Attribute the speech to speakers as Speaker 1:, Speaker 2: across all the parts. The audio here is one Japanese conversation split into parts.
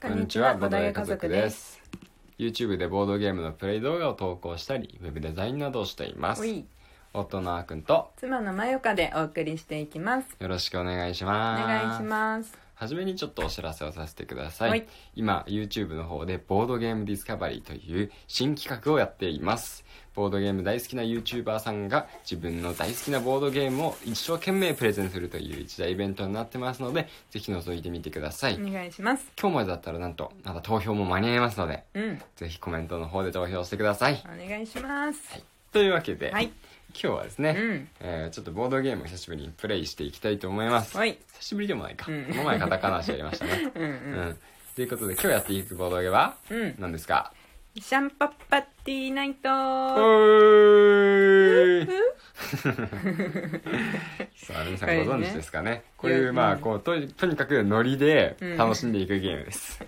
Speaker 1: こんにちは、ボードゲー家族です。
Speaker 2: す。YouTube でボードゲームのプレイ動画を投稿したり、ウェブデザインなどをしています
Speaker 1: お。い、
Speaker 2: 夫のあーくんと
Speaker 1: 妻のまよかでお送りしていきます。
Speaker 2: よろしくお願いし
Speaker 1: お
Speaker 2: ます。
Speaker 1: 願いします。
Speaker 2: はじめにちょっとお知らせをさせてください。
Speaker 1: はい
Speaker 2: 今、YouTube の方でボードゲームディスカバリーという新企画をやっています。ボードゲーム大好きな YouTuber さんが自分の大好きなボードゲームを一生懸命プレゼンするという一大イベントになってますので、ぜひ覗いてみてください。
Speaker 1: お願いします。
Speaker 2: 今日までだったらなんと、まだ投票も間に合いますので、
Speaker 1: うん、
Speaker 2: ぜひコメントの方で投票してください。
Speaker 1: お願いします。
Speaker 2: というわけで、
Speaker 1: はい
Speaker 2: 今日はです
Speaker 1: う
Speaker 2: ね、
Speaker 1: ん、
Speaker 2: えーちょっとボードゲームを久しぶりにプレイしていきたいと思います。
Speaker 1: おい、
Speaker 2: 久しぶりでもないか。
Speaker 1: うん
Speaker 2: この前カタカナしやりましたね。
Speaker 1: うん、う、
Speaker 2: うんん。ということで今日やっていくボードゲームは
Speaker 1: うん、
Speaker 2: 何ですか
Speaker 1: シャンパッパティーナイト
Speaker 2: お
Speaker 1: ー。
Speaker 2: ーい さあ皆さんご存知ですかね
Speaker 1: こ
Speaker 2: こう
Speaker 1: れね
Speaker 2: いうまあ
Speaker 1: うん
Speaker 2: こうとにとにかくノリで
Speaker 1: うん
Speaker 2: 楽しんでいくゲー ムです、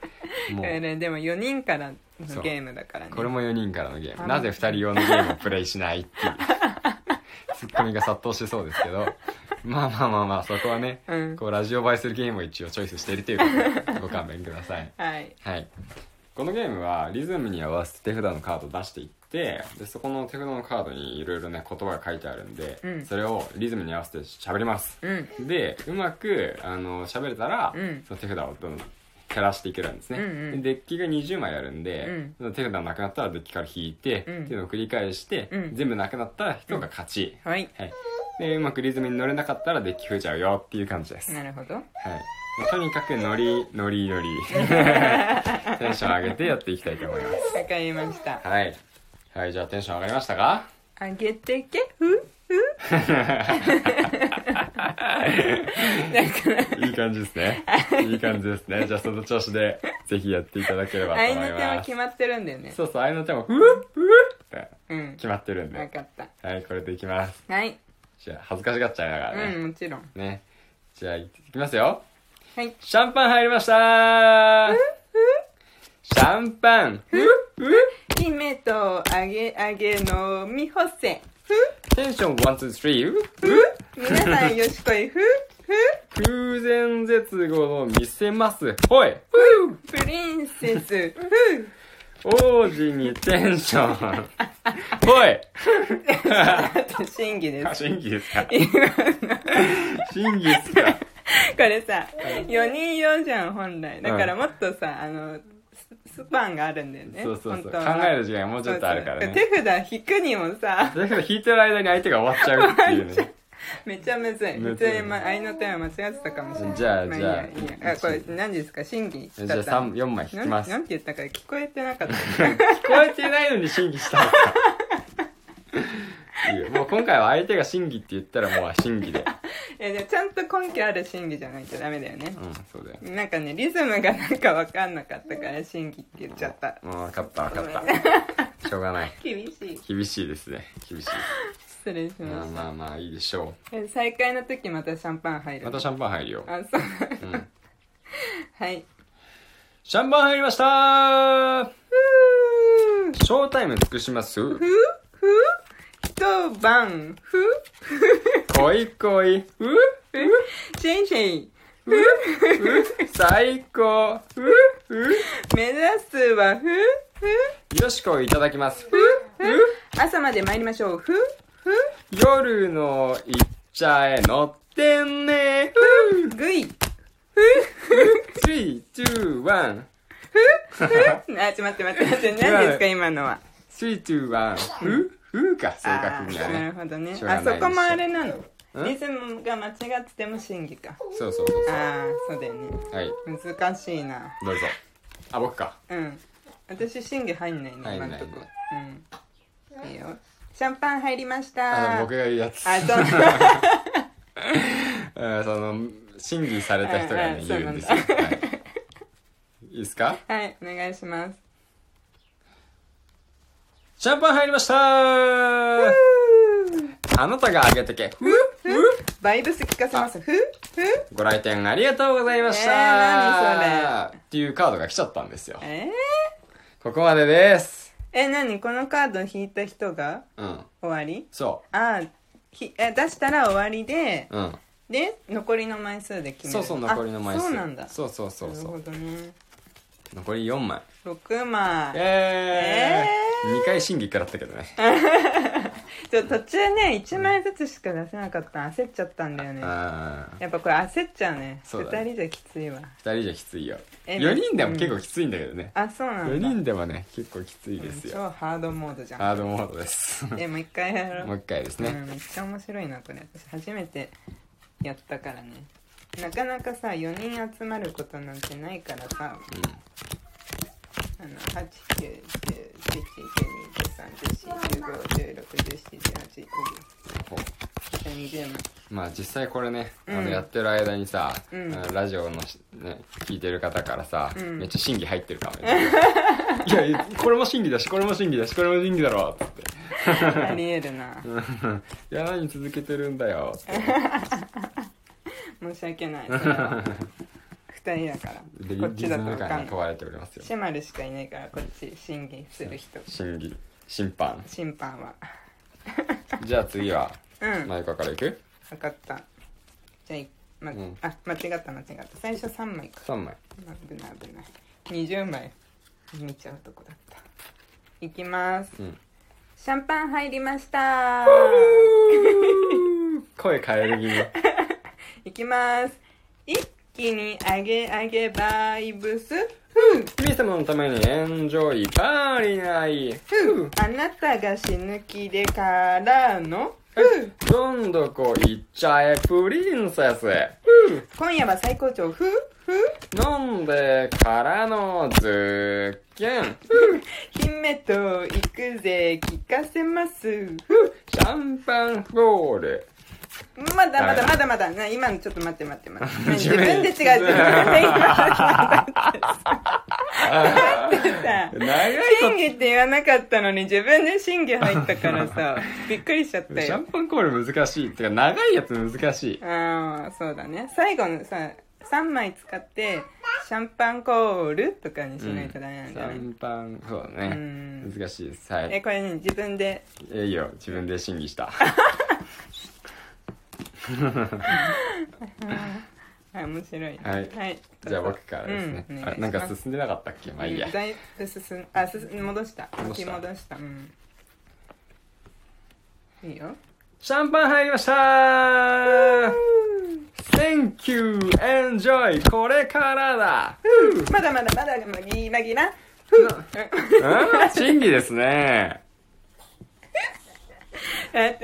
Speaker 2: も
Speaker 1: こ
Speaker 2: う
Speaker 1: れでも4人から
Speaker 2: そ
Speaker 1: の
Speaker 2: う
Speaker 1: ゲームだからね。
Speaker 2: これも4人からのゲーム
Speaker 1: あ
Speaker 2: なぜ2人用のゲームをプレイしないっ ていうツッコミが殺到してそうですけどまあまあまあまあそこはね、
Speaker 1: うん
Speaker 2: こうラジオ映えするゲームを一応チョイスしているということでご勘弁ください
Speaker 1: はい。
Speaker 2: はいこのゲームはリズムに合わせて手札のカードを出していってでそこの手札のカードにいろいろね言葉が書いてあるんで、
Speaker 1: うん
Speaker 2: それをリズムに合わせて喋ります
Speaker 1: うん、
Speaker 2: でうまくあの喋れたら、
Speaker 1: うん
Speaker 2: その手札をどんどん減らしていけるんですね、
Speaker 1: うんうん
Speaker 2: でデッキが20枚あるんで、
Speaker 1: うん
Speaker 2: その手札なくなったらデッキから引いて、
Speaker 1: うん
Speaker 2: っていうのを繰り返して、
Speaker 1: うん
Speaker 2: 全部なくなったら人が勝ち、
Speaker 1: はい。
Speaker 2: はい、でうまくリズムに乗れなかったらデッキ増えちゃうよっていう感じです、
Speaker 1: なるほど。
Speaker 2: はいもうとにかくノリノリ ノリテンション上げてやっていきたいと思いま
Speaker 1: わかりました
Speaker 2: す。はいはいじゃあテンション上がりましたか
Speaker 1: あげてけ ふ
Speaker 2: いい感じですね。いい感じですね。じゃあその調子で、ぜひやっていただければと
Speaker 1: 愛
Speaker 2: 思
Speaker 1: の
Speaker 2: い
Speaker 1: 手は
Speaker 2: ま
Speaker 1: 決
Speaker 2: す。
Speaker 1: まってるんだよね。
Speaker 2: そうそう、愛の手も、ふうふうって
Speaker 1: うん。
Speaker 2: 決まってるん
Speaker 1: わ
Speaker 2: で。
Speaker 1: かった。
Speaker 2: はい、これでいきます。
Speaker 1: はい。
Speaker 2: じゃあ、恥ずかしがっちゃいながら
Speaker 1: う
Speaker 2: ね。
Speaker 1: ん、もちろん。
Speaker 2: ね。じゃあ、いきますよ。
Speaker 1: はい。
Speaker 2: シャンパン入りましたーシャンパンふ
Speaker 1: 姫とあげあげのみほせふ
Speaker 2: テンションワンツースリー
Speaker 1: 皆さんよしこいふふ
Speaker 2: 空前絶後を見せます。ほい
Speaker 1: ふプリンセス ふ
Speaker 2: 王子にテンシ ョンほい
Speaker 1: あと審議で
Speaker 2: あ
Speaker 1: す
Speaker 2: 審議ですか
Speaker 1: 今の
Speaker 2: 審議ですか
Speaker 1: これさ4人用じゃん本来だからもっとさあのススパンがあるんだよね
Speaker 2: そうそうそ
Speaker 1: 本
Speaker 2: う。
Speaker 1: 当
Speaker 2: 考
Speaker 1: は
Speaker 2: える時間がもうちょっとあるから
Speaker 1: そう
Speaker 2: ね。
Speaker 1: そう手札引くにもさ
Speaker 2: だけど弾いてる間に相手が終わっちゃうっていうね。
Speaker 1: めっちゃむずい
Speaker 2: む
Speaker 1: 普
Speaker 2: ずい
Speaker 1: 通に、ま、愛の手は間違ってたかもしれない
Speaker 2: じゃあ
Speaker 1: ま
Speaker 2: じゃ
Speaker 1: いい
Speaker 2: あ
Speaker 1: やいいやあこれ何ですか審議し
Speaker 2: じ
Speaker 1: ち
Speaker 2: ゃ
Speaker 1: ゃ
Speaker 2: あ
Speaker 1: った
Speaker 2: 3、4枚弾きます。
Speaker 1: なんな
Speaker 2: 聞
Speaker 1: んて言ったか聞こえてなかった
Speaker 2: こえてないのに審議したのか。いいよもう今回は相手が審議って言ったらもう審議で。
Speaker 1: いやじゃあちゃんと根拠ある審議じゃないとダメだよね
Speaker 2: うん、そうだよ。
Speaker 1: なんかねリズムがなんか分かんなかったから審議って言っちゃった
Speaker 2: もう分かった分かった。しょうがない。
Speaker 1: 厳しい
Speaker 2: 厳しいですね。厳しいです。
Speaker 1: 失礼し
Speaker 2: ま
Speaker 1: ま
Speaker 2: あ
Speaker 1: し
Speaker 2: まあまあいいでしょ
Speaker 1: たえ再開の時またシャンパン入
Speaker 2: う。
Speaker 1: る
Speaker 2: またシャンパン入るよ。
Speaker 1: あそう
Speaker 2: うん。
Speaker 1: はい
Speaker 2: シャンパン入りましたー
Speaker 1: ふう
Speaker 2: ショータイム尽くします
Speaker 1: ふうふう一晩ふう
Speaker 2: 恋恋。うっ
Speaker 1: ふうシェイシェイ
Speaker 2: うっ最高。うっうっ
Speaker 1: 目指すはふうふう
Speaker 2: よしこいただきます。
Speaker 1: 朝まで参りましょうふうふう
Speaker 2: 夜のいっちゃえ乗ってんね。
Speaker 1: グイ
Speaker 2: three, two, one,
Speaker 1: あちょっと待って待って待って何ですか今のは
Speaker 2: three, two, one. ふ、ふか、正
Speaker 1: あ
Speaker 2: 確には
Speaker 1: ーな
Speaker 2: ね
Speaker 1: る。ほどね
Speaker 2: しょうが
Speaker 1: あ
Speaker 2: な
Speaker 1: そ
Speaker 2: いでしょ
Speaker 1: こもあれなの
Speaker 2: うん
Speaker 1: リズムが間違ってても審議か
Speaker 2: そうそうそうそ
Speaker 1: ああそうだよね
Speaker 2: う。はい、
Speaker 1: 難しいな
Speaker 2: どうぞ。あ、僕か。
Speaker 1: うん私審議入んないね
Speaker 2: 入んな
Speaker 1: 今
Speaker 2: い
Speaker 1: んとこうんいいよシャンパン入りまし
Speaker 2: あの、
Speaker 1: た
Speaker 2: 僕が言うやつ。
Speaker 1: あそう
Speaker 2: うんその、審議された人が
Speaker 1: うんう
Speaker 2: ね、
Speaker 1: ん
Speaker 2: 言うん ですよ。
Speaker 1: そうなんだ
Speaker 2: はいいいですか
Speaker 1: はいお願いします
Speaker 2: シャンパン入りましたーあなたがあげてけ。ふ、ふ。
Speaker 1: バイブス聞かせますふふ
Speaker 2: ご来店ありがとうございましたー
Speaker 1: えー何それ
Speaker 2: っていうカードが来ちゃったんですよ。
Speaker 1: えー
Speaker 2: ここまでです。
Speaker 1: え何このカード引いた人が
Speaker 2: うん。
Speaker 1: 終わり
Speaker 2: そ
Speaker 1: あーひえ出したら終わりで
Speaker 2: う。うん。
Speaker 1: で残りの枚数で決める
Speaker 2: そうそう、残りの枚数。
Speaker 1: あそうなんだ
Speaker 2: そうそうそうそう。
Speaker 1: なるほどね
Speaker 2: 残り4枚
Speaker 1: 6枚
Speaker 2: え
Speaker 1: え
Speaker 2: ー、2回審議からったけどね
Speaker 1: ちょ途中ね1枚ずつしか出せなかったの焦っちゃったんだよね
Speaker 2: ああ
Speaker 1: やっぱこれ焦っちゃうね
Speaker 2: そうだね
Speaker 1: 2人じゃきついわ
Speaker 2: 2人じゃきついよ
Speaker 1: え
Speaker 2: 4人でも結構きついんだけどね、
Speaker 1: あそうなんだ
Speaker 2: 4人でもね結構きついですよ
Speaker 1: 超ハードモードじゃん
Speaker 2: ハードモードです も
Speaker 1: えもう一回やろう
Speaker 2: う一回です
Speaker 1: う
Speaker 2: ね
Speaker 1: ん、めっちゃ面白いなこれ私初めてやったからねなかなかさ4人集まることなんてないからさ
Speaker 2: うん
Speaker 1: あの8 9 1 0 1 1 2 1 3 1 4 1 5 1 6 1 7 1 8
Speaker 2: ほう
Speaker 1: 1 9 2 0
Speaker 2: まあ実際これね、あ
Speaker 1: う
Speaker 2: の
Speaker 1: ん
Speaker 2: やってる間にさ、
Speaker 1: うん
Speaker 2: あのラジオのし、ね、聞いてる方からさ、
Speaker 1: うん
Speaker 2: めっちゃ審議入ってるかもねいやいやこれも審議だしこれも審議だしこれも審議だろっつって
Speaker 1: ありえるな
Speaker 2: 「い や何続けてるん だよ」って
Speaker 1: 申し訳ないそれは2人だから
Speaker 2: で
Speaker 1: こっちだと
Speaker 2: リ
Speaker 1: 分かん
Speaker 2: ズム感が
Speaker 1: な
Speaker 2: 問
Speaker 1: い
Speaker 2: われておりますよ
Speaker 1: シェマルしかいないからこっち審議する人
Speaker 2: 審議審判
Speaker 1: 審判は
Speaker 2: じゃあ次は
Speaker 1: うん
Speaker 2: マイコからいく
Speaker 1: 分かったじゃあいま、
Speaker 2: うん
Speaker 1: あ間違った間違った最初3枚か
Speaker 2: 3枚
Speaker 1: 危ない危ない20枚見ちゃうとこだったいきます
Speaker 2: うん
Speaker 1: シャンパン入りました
Speaker 2: 声変える気味
Speaker 1: いきます一気に上げ上げバイブス
Speaker 2: 神様のためにエンジョイバーリナイふう
Speaker 1: あなたが死ぬ気でからの
Speaker 2: どんどこ行っちゃえプリンセス
Speaker 1: 今夜は最高潮ふふ
Speaker 2: 飲んでからのズッキュン
Speaker 1: 姫と行くぜ聞かせます
Speaker 2: シャンパンホール
Speaker 1: まだまだまだまだな今のちょっと待って待って待って 自分で違う自分で今 さ
Speaker 2: 長い
Speaker 1: 審議って言わなかったのに自分で審議入ったから さびっくりしちゃっ
Speaker 2: こと
Speaker 1: た
Speaker 2: シャン
Speaker 1: よ
Speaker 2: パンホール難しいてか長いやつ難しい
Speaker 1: ああそうだね最後のさ3枚使ってシャンパンコールとかにしないとダメなん
Speaker 2: シ
Speaker 1: じゃない、
Speaker 2: ャンパンそうだ
Speaker 1: う
Speaker 2: ね
Speaker 1: ん
Speaker 2: 難しいですは
Speaker 1: え
Speaker 2: い
Speaker 1: これね自分で
Speaker 2: えいいよ自分で審議した
Speaker 1: はい面白いね
Speaker 2: はい
Speaker 1: はい、
Speaker 2: じゃあ僕からですね
Speaker 1: うんお願い
Speaker 2: あ
Speaker 1: し
Speaker 2: なん
Speaker 1: ま
Speaker 2: か
Speaker 1: す
Speaker 2: 進んでなかったっけまあいいや
Speaker 1: うんだいぶ進んあ進ん戻した
Speaker 2: 戻
Speaker 1: 戻
Speaker 2: し
Speaker 1: したた戻したうんいいよ
Speaker 2: シャンパン入りましたー !Thank you! Enjoy! これからだ
Speaker 1: まだまだまだまぎらぎら
Speaker 2: うん 審議ですね。
Speaker 1: え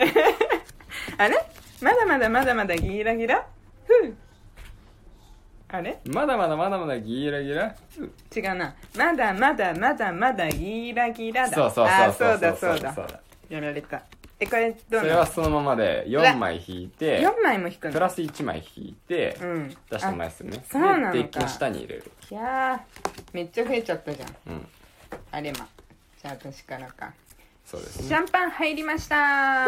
Speaker 1: あれまだまだまだまだギラギラふうあれ
Speaker 2: まだまだまだまだギラギラ。
Speaker 1: 違うなまだまだまだまだギラギラだ
Speaker 2: そうそう
Speaker 1: あ
Speaker 2: そう
Speaker 1: そうだそうだ
Speaker 2: そうだ。
Speaker 1: やられたえこれどう
Speaker 2: それ
Speaker 1: な
Speaker 2: は
Speaker 1: の
Speaker 2: そのままで4枚引いて、
Speaker 1: 4枚も引くの
Speaker 2: プラス1枚引いて、
Speaker 1: うん
Speaker 2: 出した枚数ね。
Speaker 1: そうなのか
Speaker 2: で、デッキの下に入れる。
Speaker 1: いやーめっちゃ増えちゃったじゃん
Speaker 2: うん。
Speaker 1: あれまじゃあ私からか
Speaker 2: そうです
Speaker 1: シ
Speaker 2: ね。
Speaker 1: ャンパン入りました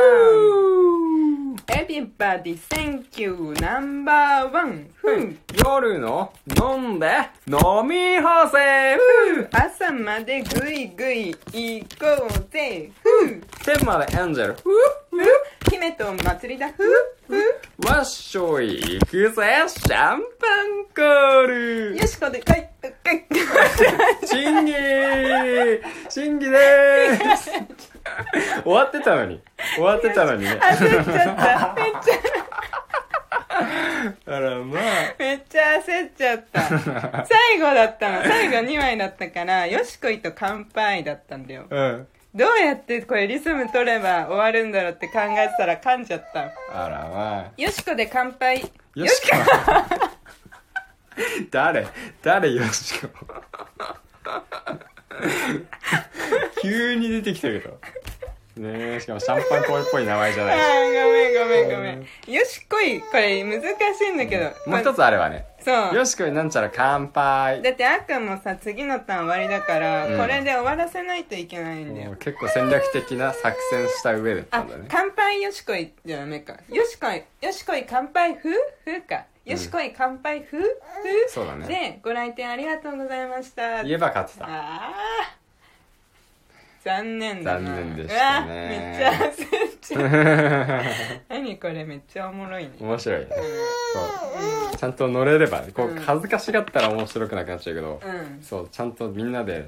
Speaker 1: エビバディ、Thank you, ナンバーワン。ふう
Speaker 2: 夜の飲んで飲み干せふう
Speaker 1: 朝までぐいぐい行こうぜ。ふう
Speaker 2: 天までエンジェル
Speaker 1: ふ
Speaker 2: ふう
Speaker 1: う姫と祭りだ。ふうふう
Speaker 2: わっしょい行くぜシャンパンコール
Speaker 1: よしこでかい、かい、
Speaker 2: 審議審議でーす終わってたのに終わってたのにね
Speaker 1: 焦っちゃった。めっちゃ、
Speaker 2: あらまあ
Speaker 1: めっちゃ焦っちゃった。最後だったの。最後2枚だったから、よしこいと乾杯だったんだよ。
Speaker 2: うん
Speaker 1: どうやってこれリズム取れば終わるんだろうって考えてたら噛んじゃった。
Speaker 2: あらまあ
Speaker 1: よしこで乾杯。
Speaker 2: よしこ 誰誰よしこ急に出てきたけどねえしかもシャンパンコールっぽい名前じゃ
Speaker 1: あ
Speaker 2: ない し
Speaker 1: ーごめんごめんごめん。よしこい、これ難しいんだけど。
Speaker 2: もう一つあればね
Speaker 1: そう。
Speaker 2: よしこになんちゃら乾杯
Speaker 1: だってあっくんもさ、次のターン終わりだから、
Speaker 2: うん
Speaker 1: これで終わらせないといけないんだよ。
Speaker 2: もう結構戦略的な作戦した上だった
Speaker 1: あ
Speaker 2: んだね、
Speaker 1: 乾杯よしこいじゃダメか。よしこい、よしこい乾杯ふふか。よしこい乾杯ふふ、
Speaker 2: そうだね
Speaker 1: で、ご来店ありがとうございました。
Speaker 2: 言えば勝ってた
Speaker 1: ああ。残念だな。
Speaker 2: 残念でしたね
Speaker 1: うわめっちゃ焦っち ゃう。何これめっちゃおもろいね。
Speaker 2: 面白いね。こちゃんと乗れればこう
Speaker 1: うん
Speaker 2: 恥ずかしがったら面白くなくなっちゃうけど、
Speaker 1: うん
Speaker 2: そうちゃんとみんなで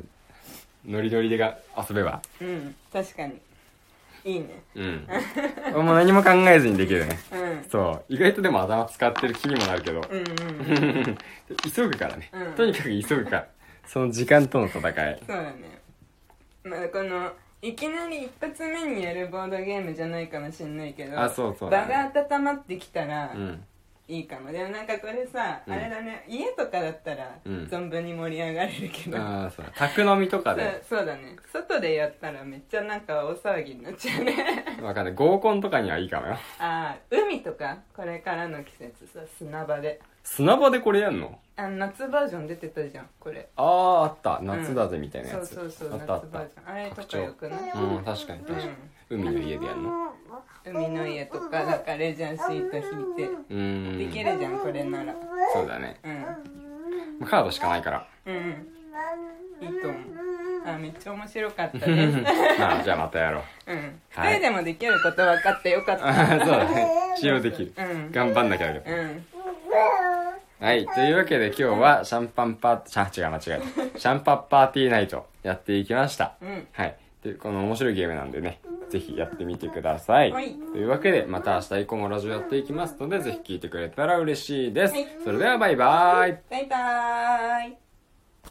Speaker 2: ノリノリでが遊べば
Speaker 1: うん確かにいいね
Speaker 2: うんもう何も考えずにできるね
Speaker 1: うん
Speaker 2: そう意外とでも頭使ってる気にもなるけど、
Speaker 1: うんうんうん
Speaker 2: 急ぐからね、
Speaker 1: うん
Speaker 2: とにかく急ぐからその時間との戦い
Speaker 1: そうだねまあこのいきなり一発目にやるボードゲームじゃないかもしんないけど
Speaker 2: あそうそう
Speaker 1: 場が温まってきたら
Speaker 2: うん
Speaker 1: いいかも、でもなんかこれさ、
Speaker 2: うん
Speaker 1: あれだね家とかだったら
Speaker 2: うん
Speaker 1: 存分に盛り上がれるけど、
Speaker 2: ああそう宅飲みとか
Speaker 1: そ
Speaker 2: で
Speaker 1: うそうだね外でやったらめっちゃなんか大騒ぎになっちゃう ね
Speaker 2: わかんない合コンとかにはいいかもよ
Speaker 1: ああ海とかこれからの季節さ砂場で
Speaker 2: 砂場でこれやんの
Speaker 1: あ夏バージョン出てたじゃんこれ
Speaker 2: あああった夏だぜみたいな
Speaker 1: そ
Speaker 2: や
Speaker 1: う
Speaker 2: つ、
Speaker 1: そうそう
Speaker 2: あ
Speaker 1: 夏
Speaker 2: ったあ
Speaker 1: バ
Speaker 2: った
Speaker 1: ージョンあれとかよくない、
Speaker 2: うん確かに確かに海の家でやんの
Speaker 1: うん、海の家とかなんかレジャーシート引いて
Speaker 2: うーん
Speaker 1: できるじゃんこれなら
Speaker 2: そうだね
Speaker 1: うん
Speaker 2: まあカードしかな いから
Speaker 1: うんうんいいと思うあめっちゃ面白かったです
Speaker 2: まあじゃあまたやろう
Speaker 1: うん二、
Speaker 2: はい
Speaker 1: 人でもできること分かってよかっ
Speaker 2: あー
Speaker 1: た
Speaker 2: そうだね使用できる
Speaker 1: うん
Speaker 2: 頑張んなきゃだけど
Speaker 1: うん
Speaker 2: はい。というわけで今日はシャンパンパー、シャ、違う、間違えた。シャンパンパーティーナイトやっていきました。
Speaker 1: うん
Speaker 2: はい。で、この面白いゲームなんでね、ぜひやってみてください。
Speaker 1: はい
Speaker 2: というわけで、また明日以降もラジオやっていきますので、ぜひ聞いてくれたら嬉しいです。
Speaker 1: はい
Speaker 2: それではバイバイ。
Speaker 1: バイバーイ